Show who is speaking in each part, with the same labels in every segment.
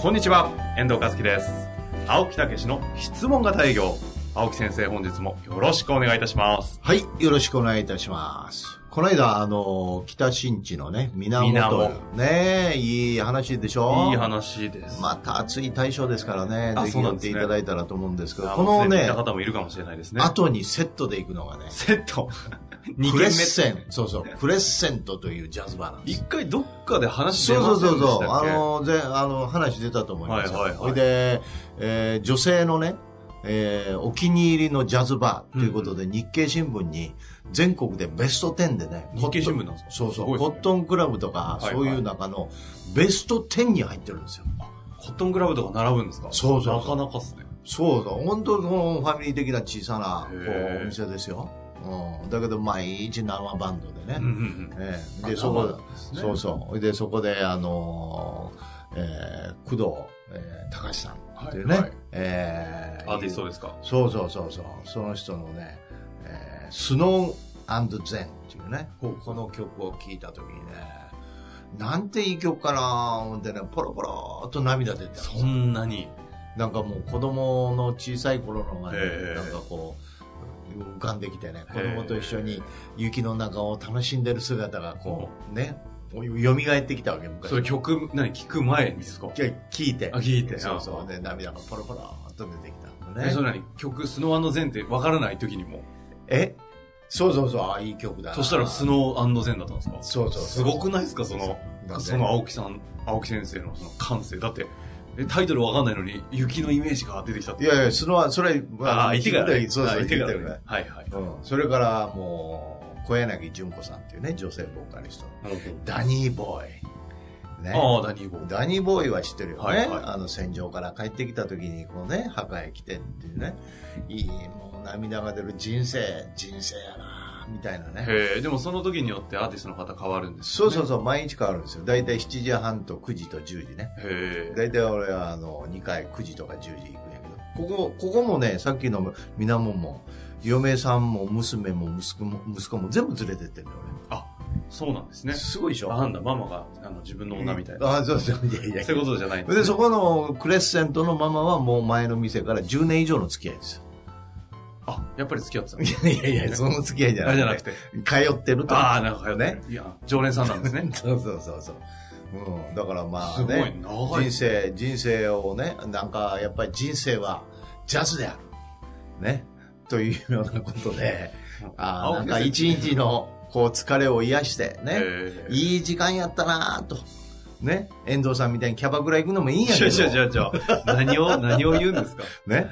Speaker 1: こんにちは、遠藤和樹です。青木武の質問型営業。青木先生、本日もよろしくお願いいたします。
Speaker 2: はい、よろしくお願いいたします。この間、あの、北新地のね、源
Speaker 1: 源
Speaker 2: ねえ、いい話でしょ
Speaker 1: いい。話です。
Speaker 2: また熱い大賞ですからね、
Speaker 1: あ
Speaker 2: ぜ
Speaker 1: そ
Speaker 2: ひ
Speaker 1: うな
Speaker 2: や
Speaker 1: ん
Speaker 2: っ
Speaker 1: です
Speaker 2: て
Speaker 1: ね
Speaker 2: いただいたらと思うんですけど、
Speaker 1: あ
Speaker 2: こ
Speaker 1: もう
Speaker 2: の
Speaker 1: すでに見
Speaker 2: ね
Speaker 1: た、方もいるかもしれないですね。
Speaker 2: 後にセットで行くのがね、
Speaker 1: セット。2
Speaker 2: クレッ
Speaker 1: 軒
Speaker 2: セン、そうそう、クレッセントというジャズバーなん
Speaker 1: 目。
Speaker 2: です
Speaker 1: 一。回どっかで話出
Speaker 2: そう
Speaker 1: ま
Speaker 2: そう
Speaker 1: せん
Speaker 2: そ
Speaker 1: で
Speaker 2: う
Speaker 1: し
Speaker 2: そ
Speaker 1: た
Speaker 2: う、
Speaker 1: っ
Speaker 2: あ
Speaker 1: け
Speaker 2: の、ぜあの、話出たと思いますよ。
Speaker 1: はいはいはい
Speaker 2: それで、えー女性のね、えーお気に入りのジャズバーということで、日経新聞に全国でベスト10でね、
Speaker 1: 日経新聞なんですか
Speaker 2: そう
Speaker 1: す
Speaker 2: そう、
Speaker 1: ごいで
Speaker 2: コ
Speaker 1: すね
Speaker 2: ットンクラブとか、
Speaker 1: いはい
Speaker 2: そういう中のベスト10に入ってるんですよ。
Speaker 1: コットンクラブとか並ぶんですか
Speaker 2: そうそうそう
Speaker 1: なかなかっすね。
Speaker 2: そうそう、本当そのファミリー的な小さなこ
Speaker 1: へ
Speaker 2: う
Speaker 1: ー
Speaker 2: お店ですよ。うん、だけど毎日生バンドでね。
Speaker 1: うんうん
Speaker 2: ええ
Speaker 1: あ
Speaker 2: で、そ
Speaker 1: 生
Speaker 2: こ
Speaker 1: なんです、ね
Speaker 2: そうそう。で、そこで、あのーえー工藤、えー、隆さんっていうね、
Speaker 1: はいはい
Speaker 2: え
Speaker 1: うん。アーティスト
Speaker 2: で
Speaker 1: ですか
Speaker 2: そうそうそうそう。その人のね、えースノーゼンっていうね、ここの曲を聴いたときにね、なんていい曲かなー思ってね、ポロポローっと涙出てた。
Speaker 1: そんなに。
Speaker 2: なんかもう子供の小さい頃のがね
Speaker 1: ええ、
Speaker 2: なんかこう、浮かんできてね、
Speaker 1: え
Speaker 2: 子供と一緒に雪の中を楽しんでる姿がこう、ね、こう蘇ってきたわけ、昔。
Speaker 1: それ曲、何、聞く前にですか
Speaker 2: いや聞いて。
Speaker 1: あ聞いて
Speaker 2: そう
Speaker 1: あ
Speaker 2: そう。で、涙がポロポロっと出てきたのね
Speaker 1: え、。それ何曲、スノーゼンってわからない時にも。
Speaker 2: えそうそうそう、あいい曲だな。
Speaker 1: そしたらスノーゼンだったんですか
Speaker 2: そうそうそう
Speaker 1: すごくないですかその、
Speaker 2: なんで
Speaker 1: その青木さん、青木先生のその感性。だって、えタイトルわかんないのに、雪のイメージが出てきたって
Speaker 2: いやいや、スノー、それ、
Speaker 1: ああ、いてからね。
Speaker 2: そうそう、
Speaker 1: あいてから
Speaker 2: 聞いて
Speaker 1: ね
Speaker 2: る。
Speaker 1: はいはい。
Speaker 2: うん。それから、もう、小柳純子さんっていうね、女性ボーカリスト。ダニーボーイ。ね。
Speaker 1: ああ、ダニーボー。
Speaker 2: ダニーボーイは知ってるよね。
Speaker 1: はいはい
Speaker 2: あの戦場から帰ってきた時に、こうね、墓へ来てっていうね。いい、もう涙が出る人生、人生やなみたいなね。
Speaker 1: へえ、でもその時によってアーティストの方変わるんです
Speaker 2: そ
Speaker 1: よ
Speaker 2: う
Speaker 1: ね
Speaker 2: そうそう、毎日変わるんですよ。だいたい7時半と9時と10時ね。
Speaker 1: へえ。
Speaker 2: だいたい俺はあの、2回9時とか10時行くんやけど。ここ、ここもね、さっきのみなもんも、嫁さんも娘も息子も、息子も全部連れてってるよ、
Speaker 1: あ、そうなんですね
Speaker 2: 俺。。すごいでしょ
Speaker 1: なんだ、ママがあの自分の女みたいな。
Speaker 2: あ、そうそう。いやいや
Speaker 1: そういうことじゃないん
Speaker 2: で、そこのクレッセントのママはもう前の店から10年以上の付き合いです。
Speaker 1: あ、やっぱり付き合ってたんだ
Speaker 2: いやいやいや、その付き合いじゃ
Speaker 1: あ
Speaker 2: な
Speaker 1: れ
Speaker 2: く
Speaker 1: じ
Speaker 2: て。
Speaker 1: ゃなくて。
Speaker 2: 通ってると。。
Speaker 1: ああ、なんかね。。いや、常連さんなんですね
Speaker 2: そうそうそうそう。うん、だからまあ
Speaker 1: すごい
Speaker 2: ね、
Speaker 1: 長い
Speaker 2: 人生、人生をね、なんかやっぱり人生はジャズである。ね。というようなこと で、あーなんか一日のこう疲れを癒してね、
Speaker 1: えー
Speaker 2: いい時間やったなぁと。ね、遠藤さんみたいにキャバクラ行くのもいいんやけど。
Speaker 1: じゃあじゃあじゃあじゃあ何を、何を言うん ですか
Speaker 2: ね、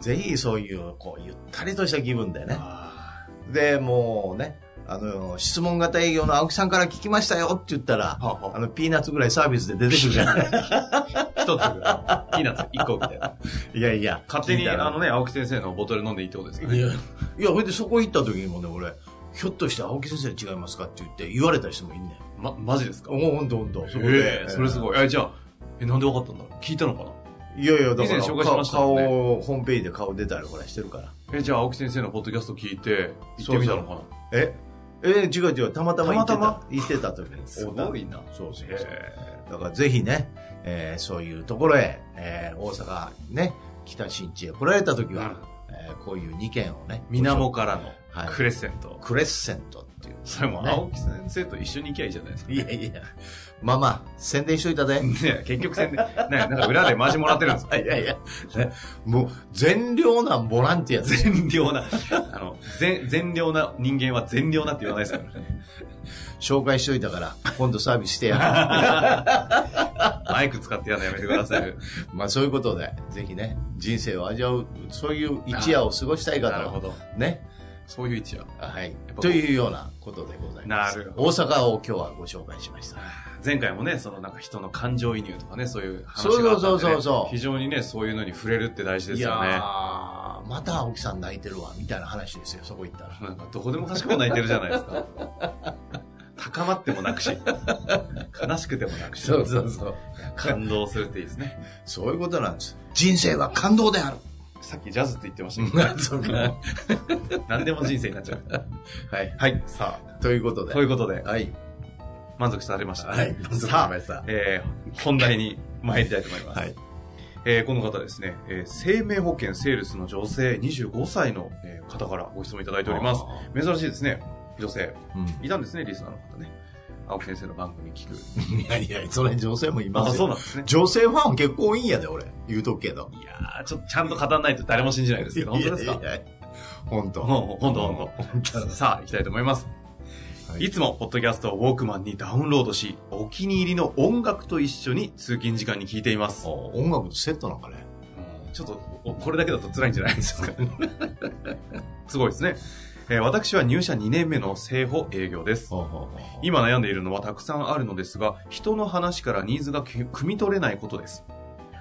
Speaker 2: ぜひそういう、こう、ゆったりとした気分でね。
Speaker 1: あ
Speaker 2: で、もうね、あの、質問型営業の青木さんから聞きましたよって言ったら、
Speaker 1: あはあ
Speaker 2: あの、ピーナッツぐらいサービスで出てくるじゃない。
Speaker 1: 一つ、ピーナッツ一個みたいな。
Speaker 2: いやいや、
Speaker 1: 勝手
Speaker 2: 聞い
Speaker 1: に、
Speaker 2: たら
Speaker 1: あのね、青木先生のボトル飲んでいいってことですか
Speaker 2: いや
Speaker 1: ね。、
Speaker 2: いや、ほいでそこ行った時にもね、俺、ひょっとして青木先生違いますかって言って言われた人もいんねん。
Speaker 1: ま、マジですか
Speaker 2: おほんとほんと。そこ
Speaker 1: ええ、それす
Speaker 2: い。
Speaker 1: ごい。え、じゃあ、え、なんでわかったんだろう聞いたのかない
Speaker 2: やいや、だ
Speaker 1: 以
Speaker 2: か
Speaker 1: 前
Speaker 2: ら、
Speaker 1: 紹介しましたも
Speaker 2: 顔
Speaker 1: んね
Speaker 2: を、ホームページで顔出たりほらしてるから。
Speaker 1: え、じゃあ、青木先生のポッドキャスト聞いて、行ってみたのかな
Speaker 2: ええ違う違う、たまたま行ってた。
Speaker 1: たまた
Speaker 2: 行ってた時に。
Speaker 1: いな。
Speaker 2: そうそうそう。
Speaker 1: え
Speaker 2: だからぜひね、えーそういうところへ、えー大阪ね、北新地へ来られた時は、えーこういう2軒をね、
Speaker 1: みなもからの
Speaker 2: はい
Speaker 1: クレッセント。
Speaker 2: クレッセントっていう。
Speaker 1: それも青木先生と一緒に行きゃいいじゃないですか。
Speaker 2: いやいや、まあまあ、宣伝しといたで。
Speaker 1: ね結局宣伝、ねなんか裏でマジもらってるん ですか
Speaker 2: いやいや、ねもう全量なボランティアです。
Speaker 1: 善良な、あの、善、善良な人間は善良なって言わないですからね。
Speaker 2: 紹介しといたから、今度サービスしてや。
Speaker 1: マイク使ってやるのやめてください。
Speaker 2: まあ そういうことで、ぜひね、人生を味わう、そういう一夜を過ごしたい
Speaker 1: なる
Speaker 2: 方
Speaker 1: ほ
Speaker 2: は、
Speaker 1: ど。
Speaker 2: ね、
Speaker 1: そういう位置や。
Speaker 2: はい
Speaker 1: ぱ。こと
Speaker 2: いうようなことでございます。
Speaker 1: なる
Speaker 2: 大阪を今日はご紹介しました。
Speaker 1: 前回もね、そのなんか人の感情移入とかね、そういう話
Speaker 2: そう
Speaker 1: があ
Speaker 2: そ
Speaker 1: ったん
Speaker 2: うそ
Speaker 1: で、ね、
Speaker 2: うそうそう
Speaker 1: 非常にね、そういうのに触れるって大事で
Speaker 2: い
Speaker 1: す
Speaker 2: やー
Speaker 1: よね。
Speaker 2: また青木さん泣いてるわ、みたいな話ですよ、そこ行ったら。
Speaker 1: なんかどこでもかしこも泣いてるじゃないですか。 高まっても泣くし、悲しくても泣くし、
Speaker 2: そうそうそう。
Speaker 1: 感動するっていいですね。
Speaker 2: そういうことなんです。人生は感動である。
Speaker 1: さっきジャズって言ってましたけど、ね、
Speaker 2: そうか。は
Speaker 1: 何でも人生になっちゃう。
Speaker 2: い。
Speaker 1: はい、さ
Speaker 2: ということ
Speaker 1: あ、
Speaker 2: で。
Speaker 1: ということで、
Speaker 2: はい。
Speaker 1: 満足されました。
Speaker 2: はい。
Speaker 1: さあ、
Speaker 2: さ
Speaker 1: えー本題に参りたいと思います。
Speaker 2: はい
Speaker 1: えーこの方ですね、えー生命保険セールスの女性25歳の、えー方からご質問いただいております。珍しいですね、女性。いたんですね、リスナーの方ね。青木先生の番組聞く。
Speaker 2: うん。いやいや、それ女性もい
Speaker 1: あ、
Speaker 2: ます
Speaker 1: そう
Speaker 2: よ。
Speaker 1: なんですね。
Speaker 2: 女性ファン結構多いんやで、俺。言うとくけど。
Speaker 1: いやー、ちょっとちゃんと語らないと誰も信じないですけど、本当ですか
Speaker 2: いやいや本当。
Speaker 1: ほんほんとほんと
Speaker 2: 本当だ
Speaker 1: さあ、行きたいと思います。
Speaker 2: はい
Speaker 1: いつも、ポッドキャストをウォークマンにダウンロードし、お気に入りの音楽と一緒に通勤時間に聞いています。
Speaker 2: 音楽とセットなんかね。
Speaker 1: ちょっと、おこれだけだと辛いんじゃないですか。 すごいですね。えー私は入社2年目の生保営業です。今悩んでいるのはたくさんあるのですが、人の話からニーズがけ汲み取れないことです。
Speaker 2: うん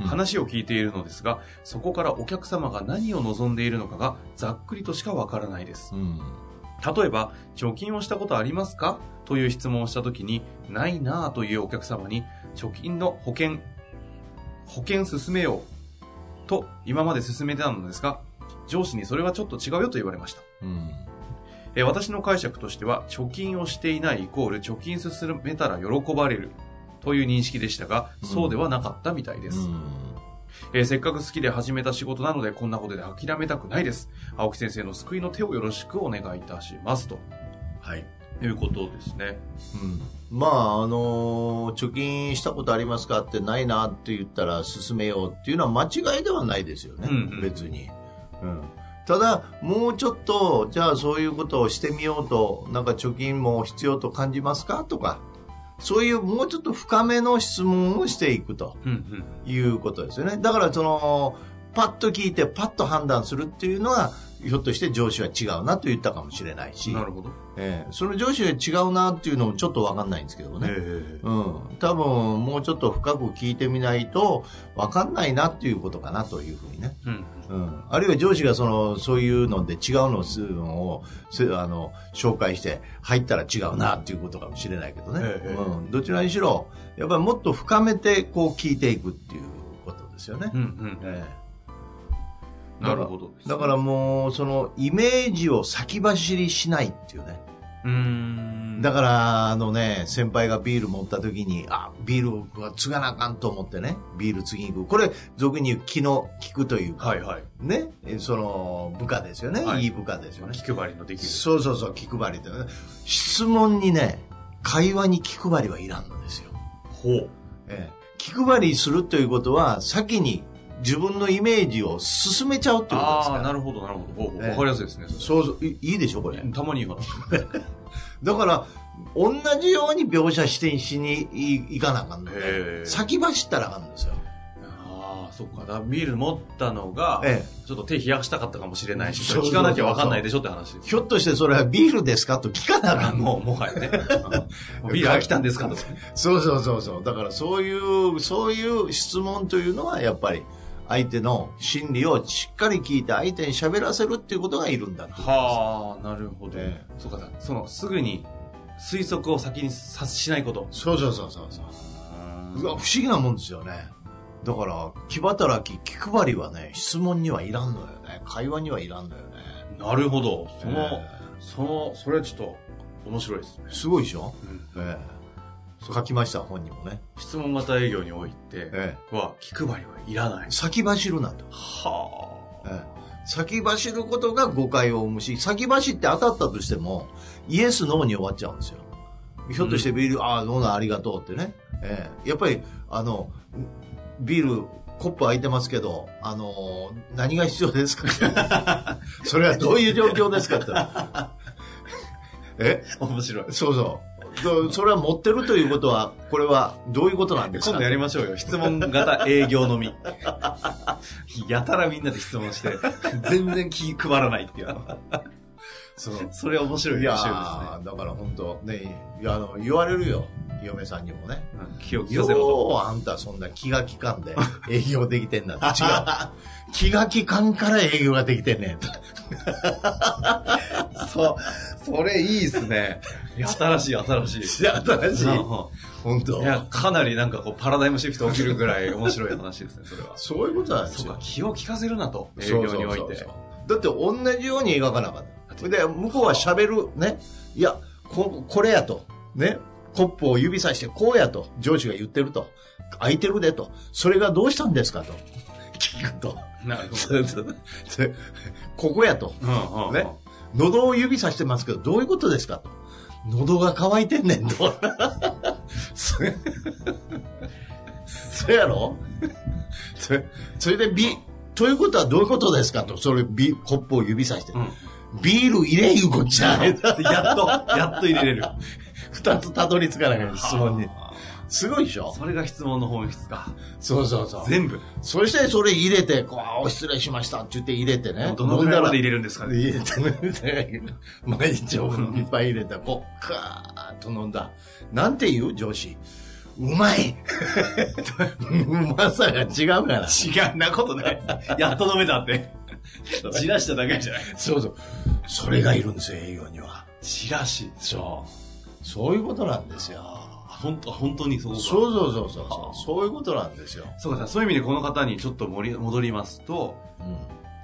Speaker 1: 話を聞いているのですが、そこからお客様が何を望んでいるのかがざっくりとしかわからないです。
Speaker 2: うん。
Speaker 1: 例えば、貯金をしたことありますかという質問をしたときに、ないなぁというお客様に、貯金の保険、保険進めようと今まで進めてたのですが、上司にそれはちょっと違うよと言われました。
Speaker 2: うん。
Speaker 1: えー私の解釈としては、貯金をしていないイコール貯金進めたら喜ばれるという認識でしたが、
Speaker 2: うん
Speaker 1: そうではなかったみたいです。
Speaker 2: うん
Speaker 1: えーせっかく好きで始めた仕事なので、こんなことで諦めたくないです。青木先生の救いの手をよろしくお願いいたします。と
Speaker 2: はい。
Speaker 1: いうことですね。
Speaker 2: うん、まああの貯金したことありますかってないなって言ったら進めようっていうのは間違いではないですよね、
Speaker 1: うんうん
Speaker 2: 別に、うん、ただもうちょっとじゃあそういうことをしてみようとなんか貯金も必要と感じますかとかそういうもうちょっと深めの質問をしていくと
Speaker 1: うんうん。
Speaker 2: いうことですよねだからそのパッと聞いてパッと判断するっていうのはひょっとして上司は違うなと言ったかもしれないし
Speaker 1: なるほど。
Speaker 2: ええその上司が違うなっていうのもちょっと分かんないんですけどね、うん、多分もうちょっと深く聞いてみないと分かんないなっていうことかなというふうにね、
Speaker 1: うん。
Speaker 2: うん、あるいは上司がそのそういうので違うのするのをせあの紹介して入ったら違うなっていうことかもしれないけどね、
Speaker 1: ええ
Speaker 2: うん、どちらにしろやっぱりもっと深めてこう聞いていくっていうことですよね。
Speaker 1: うんうん。
Speaker 2: ええ
Speaker 1: なるほど。
Speaker 2: だからもうそのイメージを先走りしないっていうね
Speaker 1: うーん。
Speaker 2: だから、あのね、先輩がビール持った時に、あ、ビールは継がなあかんと思ってね、ビール継ぎに行く。これ、俗に言う気の利くというか、
Speaker 1: はいはい。
Speaker 2: ね、えその、部下ですよね、
Speaker 1: はい
Speaker 2: い、い部下ですよね。
Speaker 1: 気配りのできる。
Speaker 2: そうそうそう、気配りってね。質問にね、会話に気配りはいらんのですよ。
Speaker 1: ほう。
Speaker 2: ええ気配りするということは、先に自分のイメージを進めちゃうということです
Speaker 1: あ
Speaker 2: か
Speaker 1: あ、
Speaker 2: ら。
Speaker 1: なるほど、なるほど。ほうほう
Speaker 2: ええ
Speaker 1: わかりやすいですね。それ
Speaker 2: そうそう、いいいでしょ、これ。
Speaker 1: たまにいいかな。
Speaker 2: だから、同じように描写してしにいいかなあかんの
Speaker 1: へえ
Speaker 2: で、先走ったらあかんのですよ。
Speaker 1: ああ、そっか。だからビール持ったのが、
Speaker 2: え
Speaker 1: ちょっと手冷やしたかったかもしれないし、それ
Speaker 2: そう
Speaker 1: 聞かなきゃわかんないでしょって話です
Speaker 2: ひょっとしてそれはビールですかと聞かなあ
Speaker 1: あ
Speaker 2: かんの。
Speaker 1: もう、もはやね。も うビール飽きたんですかとか。
Speaker 2: そうそうそうそう。だからそういう、そういう質問というのはやっぱり、相手の心理をしっかり聞いて相手に喋らせるっていうことがいるんだってことです
Speaker 1: はあ、なるほど
Speaker 2: え。
Speaker 1: そうかだ。その、すぐに推測を先に察しないこと。
Speaker 2: そうそうそうそうそう。うわ、不思議なもんですよね。だから、気働き、気配りはね、質問にはいらんのよね。会話にはいらんのよね。
Speaker 1: なるほど。その
Speaker 2: え、
Speaker 1: その、それはちょっと面白いですね。
Speaker 2: えすごいでしょ
Speaker 1: うん
Speaker 2: ええ書きました本にもね、
Speaker 1: 質問型営業において
Speaker 2: え
Speaker 1: は気配りはいらない
Speaker 2: え、。先走るなと、
Speaker 1: は
Speaker 2: ええ、先走ることが誤解を生むし先走って当たったとしてもイエスノーに終わっちゃうんですよひょっとしてビール、ああどうなんありがとうってね、ええ、やっぱりあのビールコップ空いてますけど、あの何が必要ですか それはどういう状況ですかって。え
Speaker 1: あ。面白い。
Speaker 2: そうそうど。それは持ってるということは、これはどういうことなんですか
Speaker 1: 今度やりましょうよ。質問型営業の み。やたらみんなで質問して、全然気配らないっていう。
Speaker 2: そう。
Speaker 1: それは面白い
Speaker 2: いや
Speaker 1: 面白いです
Speaker 2: ーだから本当ね、いやあの、言われるよ。嫁さんにもね。
Speaker 1: ねうん。気を利
Speaker 2: よ
Speaker 1: かせろと。
Speaker 2: うあんたそんな気が利かんで営業できてんなって違う。気が利かんから営業ができてんねん。
Speaker 1: そう。それいいですね。いや新しい、新しい。
Speaker 2: いや新しい。
Speaker 1: う
Speaker 2: 本当
Speaker 1: んいや、かなりなんかこう、パラダイムシフト起きるぐらい面白い話ですね、それは。
Speaker 2: そういうことなんです
Speaker 1: そう
Speaker 2: よ
Speaker 1: か、。気を利かせるなと、営
Speaker 2: そう
Speaker 1: 業におい
Speaker 2: そう
Speaker 1: て
Speaker 2: そう。そうだって同じように描かなかった。で、向こうは喋る、ね。いや、こ、これやと。ね。コップを指さして、こうやと。上司が言ってると。空いてるでと。それがどうしたんですかと。聞くと。
Speaker 1: なる ほ
Speaker 2: そうそうでここやと。
Speaker 1: ど。うんうん。
Speaker 2: ね。喉を指さしてますけど、どういうことですかと。喉が渇いてんねんと。 そそやろそそれでビ、ということはどういうことですかと。それビ、コップを指さして。
Speaker 1: うん。
Speaker 2: ビール入れ言うこっちゃ。
Speaker 1: やっと、やっと入れれ る。
Speaker 2: 二つたどり着かなかった質問に。
Speaker 1: あ
Speaker 2: すごいでし
Speaker 1: ー
Speaker 2: ょ
Speaker 1: それが質問の本質か。
Speaker 2: そうそうそう。
Speaker 1: 全部。
Speaker 2: そしてそれ入れて、こうあー、失礼しましたって言って入れてね。
Speaker 1: どのぐらいまで入
Speaker 2: 飲んだ
Speaker 1: れるんですかね。
Speaker 2: 入れてね。毎日お風呂いっぱい入れた。こう、カーッと飲んだ。なんて言う上司。うまいうまさが違うから。
Speaker 1: 違うなことない。やっと飲めた って。じらしただけじゃない。
Speaker 2: そうそう。それがいるんですよ、営業には。
Speaker 1: じらし。
Speaker 2: そう。そういうことなんですよ。
Speaker 1: 本当本当にそう
Speaker 2: そ
Speaker 1: か。
Speaker 2: うそうそうそうそう。そういうことなんですよ。
Speaker 1: そうか、そういう意味でこの方にちょっと盛り戻りますと、
Speaker 2: う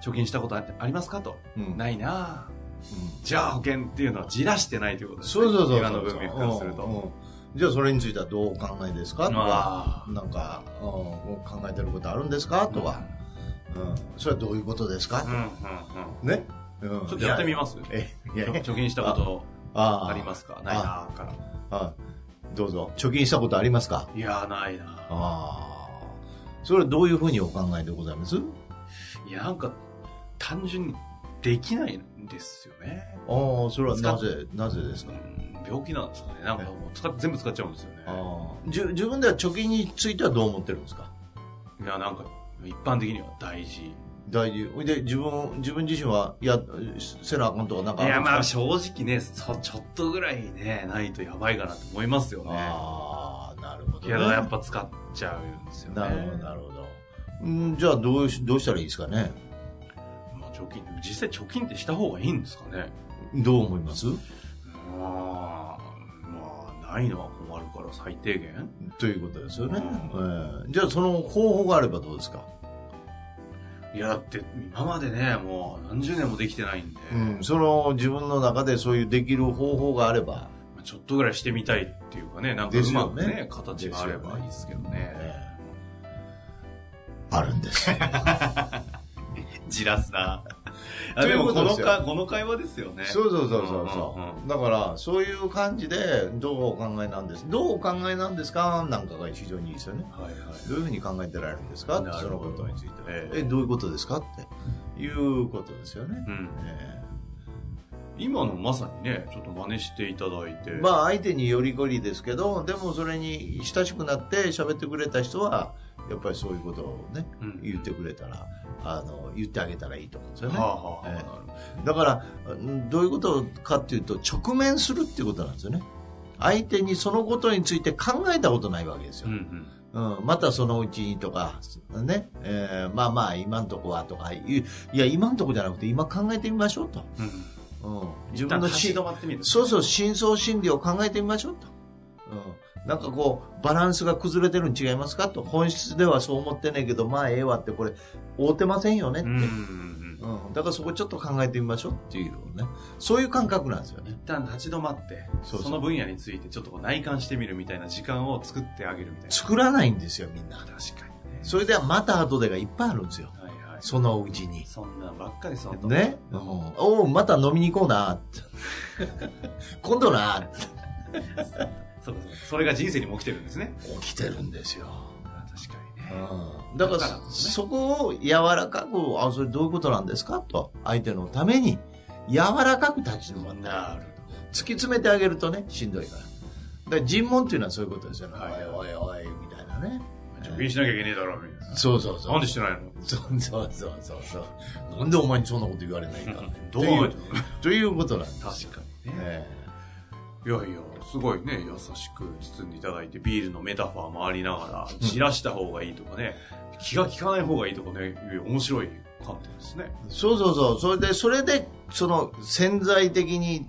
Speaker 1: 貯金したことあありますかと。
Speaker 2: ん。うん。
Speaker 1: ないなぁ
Speaker 2: うん
Speaker 1: じゃあ保険っていうのはじらしてないということですね。
Speaker 2: そうそうそうそう。
Speaker 1: 今の文脈からする
Speaker 2: うん
Speaker 1: と。
Speaker 2: うんじゃあそれについてはどうお考えですかとか、
Speaker 1: ああ。
Speaker 2: なんか、うん考えてることあるんですかとか、うん、それはどういうことです
Speaker 1: うん
Speaker 2: か、
Speaker 1: うんうん。
Speaker 2: ね、うん
Speaker 1: ちょっとやってみます
Speaker 2: いやえ、いや いや
Speaker 1: 貯金したこと
Speaker 2: あ
Speaker 1: ありますすかないなぁから。
Speaker 2: あどうぞ。貯金したことありますか
Speaker 1: いやーないなぁ
Speaker 2: ああ。それはどういうふうにお考えでございますあ
Speaker 1: いや、なんか、単純にできないんですよね。
Speaker 2: あ、それはなぜ、なぜです
Speaker 1: う
Speaker 2: か
Speaker 1: ん病気なんですかね。なんかもう使っ全部使っちゃうんですよね。
Speaker 2: ああ。じゅ自分では貯金についてはどう思ってるんですか
Speaker 1: いや、なんか、一般的には大事。
Speaker 2: 大事。ほいで、自分、自分自身は、や、せなあかんとかなん
Speaker 1: い
Speaker 2: かある
Speaker 1: や、
Speaker 2: んですか
Speaker 1: まあ正直ね、そちょっとぐらいね、ないとやばいかなと思いますよね。
Speaker 2: ああ、なるほど、
Speaker 1: けどやっぱ使っちゃうんですよね。
Speaker 2: なるほど、なるほど。んじゃあどうし、どうしたらいいですかね
Speaker 1: まあ貯金、実際貯金ってした方がいいんですかね。
Speaker 2: どう思います
Speaker 1: まあ、まあ、ないのは困るから最低限。
Speaker 2: ということですよね。
Speaker 1: う
Speaker 2: ええじゃあその方法があればどうですか
Speaker 1: いや、だって今までね、もう何十年もできてないんで、
Speaker 2: うん、その自分の中でそういうできる方法があれば、
Speaker 1: まあちょっとぐらいしてみたいっていうかね、なんか
Speaker 2: で
Speaker 1: う
Speaker 2: す
Speaker 1: ま
Speaker 2: よ
Speaker 1: く
Speaker 2: ね
Speaker 1: ね、形があればいいですけど
Speaker 2: え
Speaker 1: ね。
Speaker 2: えあるんです。
Speaker 1: じらすな。 あ
Speaker 2: とい
Speaker 1: で
Speaker 2: う
Speaker 1: も
Speaker 2: こ
Speaker 1: こと
Speaker 2: で
Speaker 1: の
Speaker 2: すよ
Speaker 1: か、この会話ですよね。
Speaker 2: そうそうそうそうそ
Speaker 1: うんうんう
Speaker 2: う。だから、そういう感じで、どうお考えなんです、どうお考えなんですかなんかが非常にいいですよね。
Speaker 1: はいはい。
Speaker 2: どういうふうに考えてられるんですか
Speaker 1: な
Speaker 2: そ
Speaker 1: る
Speaker 2: の
Speaker 1: ほ
Speaker 2: こ
Speaker 1: ど
Speaker 2: とについては。
Speaker 1: え
Speaker 2: え
Speaker 1: え
Speaker 2: どういうことですかっていうことですよね。
Speaker 1: うん。
Speaker 2: え
Speaker 1: 今のまさにね、ちょっと真似していただいて。
Speaker 2: えまあ相手によりこりですけどでもそれに親しくなって喋ってくれた人はやっぱりそういうことをね
Speaker 1: うん
Speaker 2: 言ってくれたらあの言ってあげたらいいと思うんですよ
Speaker 1: は
Speaker 2: ね、
Speaker 1: あはあはあ
Speaker 2: ええ
Speaker 1: なるほど
Speaker 2: だからうんどういうことかっていうと直面するっていうことなんですよね相手にそのことについて考えたことないわけですよ
Speaker 1: うん、うん。
Speaker 2: うん、またそのうちにとか、ね、えーまあまあ今んとこはとかいう、いや今んとこじゃなくて今考えてみましょうと。
Speaker 1: うん。
Speaker 2: うん、
Speaker 1: 自
Speaker 2: 自
Speaker 1: 分
Speaker 2: 分
Speaker 1: の
Speaker 2: の
Speaker 1: 立ち
Speaker 2: し
Speaker 1: 止まってみる。
Speaker 2: そうそう、真相心理を考えてみましょうと。うん。なんかこう、バランスが崩れてるに違いますかと。本質ではそう思ってねえけど、まあええわってこれ、合うてませんよねって。
Speaker 1: う
Speaker 2: うん。
Speaker 1: うんうんん。
Speaker 2: だからそこちょっと考えてみましょうっていうね。そういう感覚なんですよね
Speaker 1: 一。旦立ち止まって、
Speaker 2: そうそう
Speaker 1: その分野についてちょっとこう内観してみるみたいな時間を作ってあげるみたい
Speaker 2: 作らないんですよ、みんな。
Speaker 1: な。確かにね。
Speaker 2: それではまた後でがいっぱいあるんですよ。
Speaker 1: はいはい。
Speaker 2: そのうちに。
Speaker 1: そんなんばっかりそんな。
Speaker 2: ね。うん。おう、また飲みに行こうなって。 今度なって
Speaker 1: そうかそうか。それが人生にも起きてるんですね。
Speaker 2: 起きてるんですよ。
Speaker 1: あ確かにね。
Speaker 2: だから
Speaker 1: だからこそね
Speaker 2: そこを柔らかく、あ、それどういうことなんですかと、相手のために、柔らかく立ち止まって、
Speaker 1: なる
Speaker 2: 突き詰めてあげるとね、しんどいから。だから尋問っていうのはそういうことですよね。
Speaker 1: はい
Speaker 2: おいおいおい、みたいなね。
Speaker 1: ほど。貯金しなきゃいけねえだろ、みたい
Speaker 2: そうそうそう。
Speaker 1: な。なんでしてないの
Speaker 2: そうそうそうそうそう。なんでお前にそんなこと言われないか。
Speaker 1: どう
Speaker 2: とい
Speaker 1: 考え
Speaker 2: う
Speaker 1: ても
Speaker 2: ということなんです。
Speaker 1: 確かにね。
Speaker 2: え
Speaker 1: いやいや、すごいね、優しく包んでいただいて、ビールのメタファーもありながら、散らした方がいいとかね、気が利かない方がいいとかね、いう面白い観点ですね。
Speaker 2: えそうそうそう。それで、それで、その潜在的に、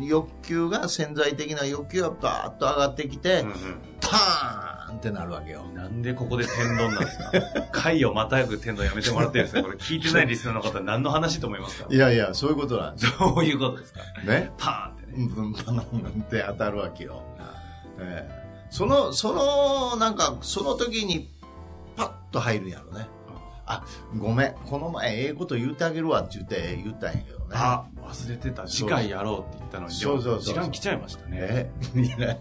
Speaker 2: 欲求が、潜在的な欲求がバーッと上がってきて、
Speaker 1: うん
Speaker 2: ターンってなるわけよ
Speaker 1: う。ん。なんでここで天丼なんですか 回をまたぐ天丼やめてもらっていいですかこれ聞いてないリスナーの方何の話と思いますか
Speaker 2: いやいや、そういうこと なんですよ。
Speaker 1: そういうことですか
Speaker 2: ね。
Speaker 1: パーンって
Speaker 2: う
Speaker 1: ね。
Speaker 2: ん、うんうんって当たるわけよ。ええその、その、なんか、その時に、パッと入るんやろね。あ、ごめん、この前、ええこと言うてあげるわって言って、言ったんやけどね。
Speaker 1: あ、忘れてた。次回やろうって言ったのに、でも
Speaker 2: そうそうそうそう
Speaker 1: 時間来ちゃいましたね。
Speaker 2: えいない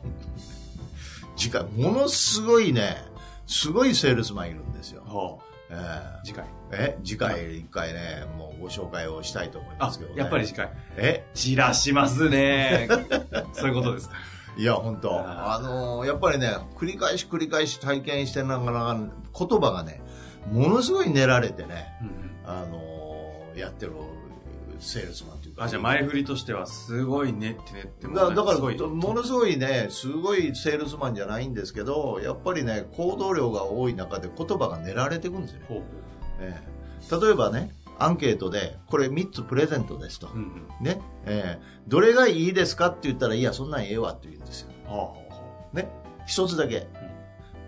Speaker 2: 時間、ものすごいね、すごいセールスマンいるんですよ。
Speaker 1: ほ
Speaker 2: え
Speaker 1: う次回。
Speaker 2: ええ次回、一回ね、もうご紹介をしたいと思いま
Speaker 1: あ
Speaker 2: すけど、ね。
Speaker 1: やっぱり次回。
Speaker 2: え
Speaker 1: 散らします ね。そういうことですか。
Speaker 2: いや、本当
Speaker 1: あ
Speaker 2: あのーやっぱりね、繰り返し繰り返し体験してながら、言葉がね、ものすごい練られてね、あのーやってるセールスマンというか。
Speaker 1: あ、じゃあ前振りとしては、すごいねってねって
Speaker 2: だだか
Speaker 1: すごい
Speaker 2: ら、ものすごいね、すごいセールスマンじゃないんですけど、やっぱりね、行動量が多い中で言葉が練られていくんですよ、
Speaker 1: ほう
Speaker 2: ええ例えばね、アンケートで、これ3つプレゼントですと。
Speaker 1: うんうん。
Speaker 2: ね。ええどれがいいですかって言ったら、いや、そんなんええわって言うんですよ。
Speaker 1: はあはあは
Speaker 2: ね。1つだけ。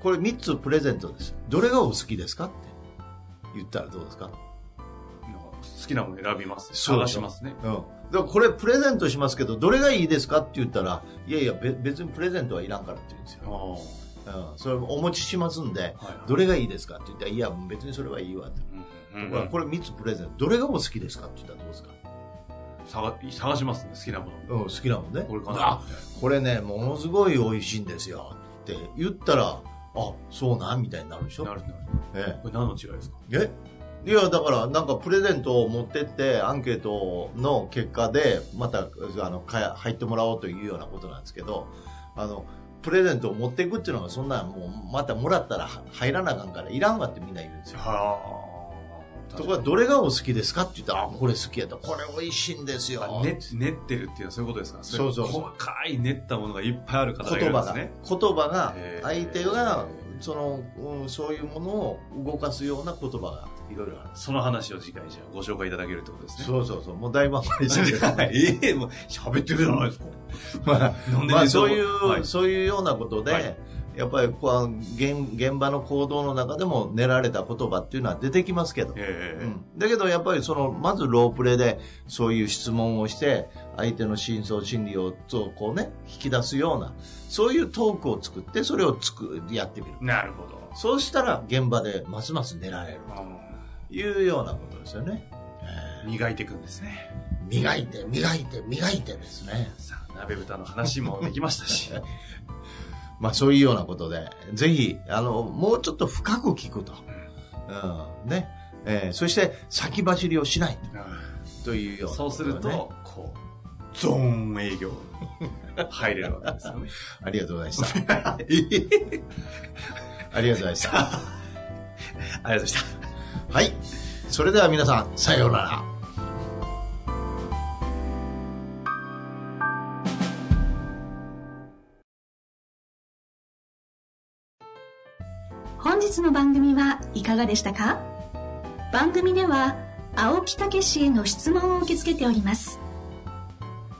Speaker 2: これ3つプレゼントです。どれがお好きですかって言ったらどうですか
Speaker 1: あなんか好きなもの選びます。
Speaker 2: そ
Speaker 1: 探
Speaker 2: うでし
Speaker 1: し
Speaker 2: ょ
Speaker 1: ますね。
Speaker 2: うん。だからこれプレゼントしますけど、どれがいいですかって言ったら、いやいや、べ別にプレゼントはいらんからって言うんですよ
Speaker 1: あ。あ。は
Speaker 2: うん、それお持ちしますんで、
Speaker 1: いはい
Speaker 2: どれがいいですかって言ったら、いや、別にそれはいいわって。
Speaker 1: うんうん
Speaker 2: 僕はこれ3つプレゼント。どれがお好きですかって言ったらどうですか、
Speaker 1: 探探しますね、好きなもの。
Speaker 2: うん、好きなもんね。
Speaker 1: これかな
Speaker 2: あ、。これね、ものすごい美味しいんですよって言ったら、あ、そうなんみたいになるでしょ
Speaker 1: なるなる。
Speaker 2: え
Speaker 1: これ何の違いですか
Speaker 2: え。えいや、だから、なんかプレゼントを持ってって、アンケートの結果で、また、あの、か入ってもらおうというようなことなんですけど、あの、プレゼントを持っていくっていうのが、そんなんもう、またもらったら入らなあかんから、いらんわってみんな言うんですよ。
Speaker 1: はあ。
Speaker 2: ところがどれがお好きですかって言ったら、あ、これ好きやった。これ美味しいんですよ。
Speaker 1: ね、練ってるっていうのはそういうことですか
Speaker 2: そうそうそう
Speaker 1: 細かい練ったものがいっぱいある方がいる
Speaker 2: 言
Speaker 1: ん
Speaker 2: 葉
Speaker 1: です
Speaker 2: が、
Speaker 1: ね。
Speaker 2: 言葉が
Speaker 1: へー、
Speaker 2: 相手が、その、うん、そういうものを動かすような言葉がいろいろある。
Speaker 1: その話を次回じゃあご紹介いただけるってことですね。
Speaker 2: そうそうそう。もう大満足です
Speaker 1: ええもう喋ってるじゃないですか。
Speaker 2: まあ、
Speaker 1: なんで
Speaker 2: まあ
Speaker 1: 実は
Speaker 2: そういう、
Speaker 1: はい
Speaker 2: そういうようなことで、
Speaker 1: はい
Speaker 2: やっぱりこう現、現場の行動の中でも練られた言葉っていうのは出てきますけど。
Speaker 1: ええ
Speaker 2: うんだけどやっぱりそのまずロープレでそういう質問をして相手の真相心理をとこうね引き出すようなそういうトークを作ってそれをつくやってみる
Speaker 1: なるほど。
Speaker 2: そうしたら現場でますます狙えるというようなことですよね、え
Speaker 1: 磨いていくんですね。
Speaker 2: ー磨いて磨いて磨いてですね
Speaker 1: さあ、鍋豚の話もできました し。
Speaker 2: まあそういうようなことでぜひあのもうちょっと深く聞くと、うんねえーそして先走りをしないというような
Speaker 1: そう
Speaker 2: こ
Speaker 1: す
Speaker 2: とだね、
Speaker 1: ると、こう、ゾーン営業入れるわけですよね。
Speaker 2: ありがとうございました。 ありがとうございました。
Speaker 1: ありがとうございました。
Speaker 2: はい。それでは皆さん、さようなら。
Speaker 3: 本日の番組はいかがでしたか番組では青木武氏への質問を受け付けております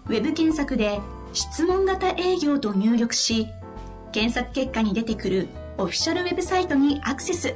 Speaker 3: ウェブ検索で「質問型営業」と入力し検索結果に出てくるオフィシャルウェブサイトにアクセス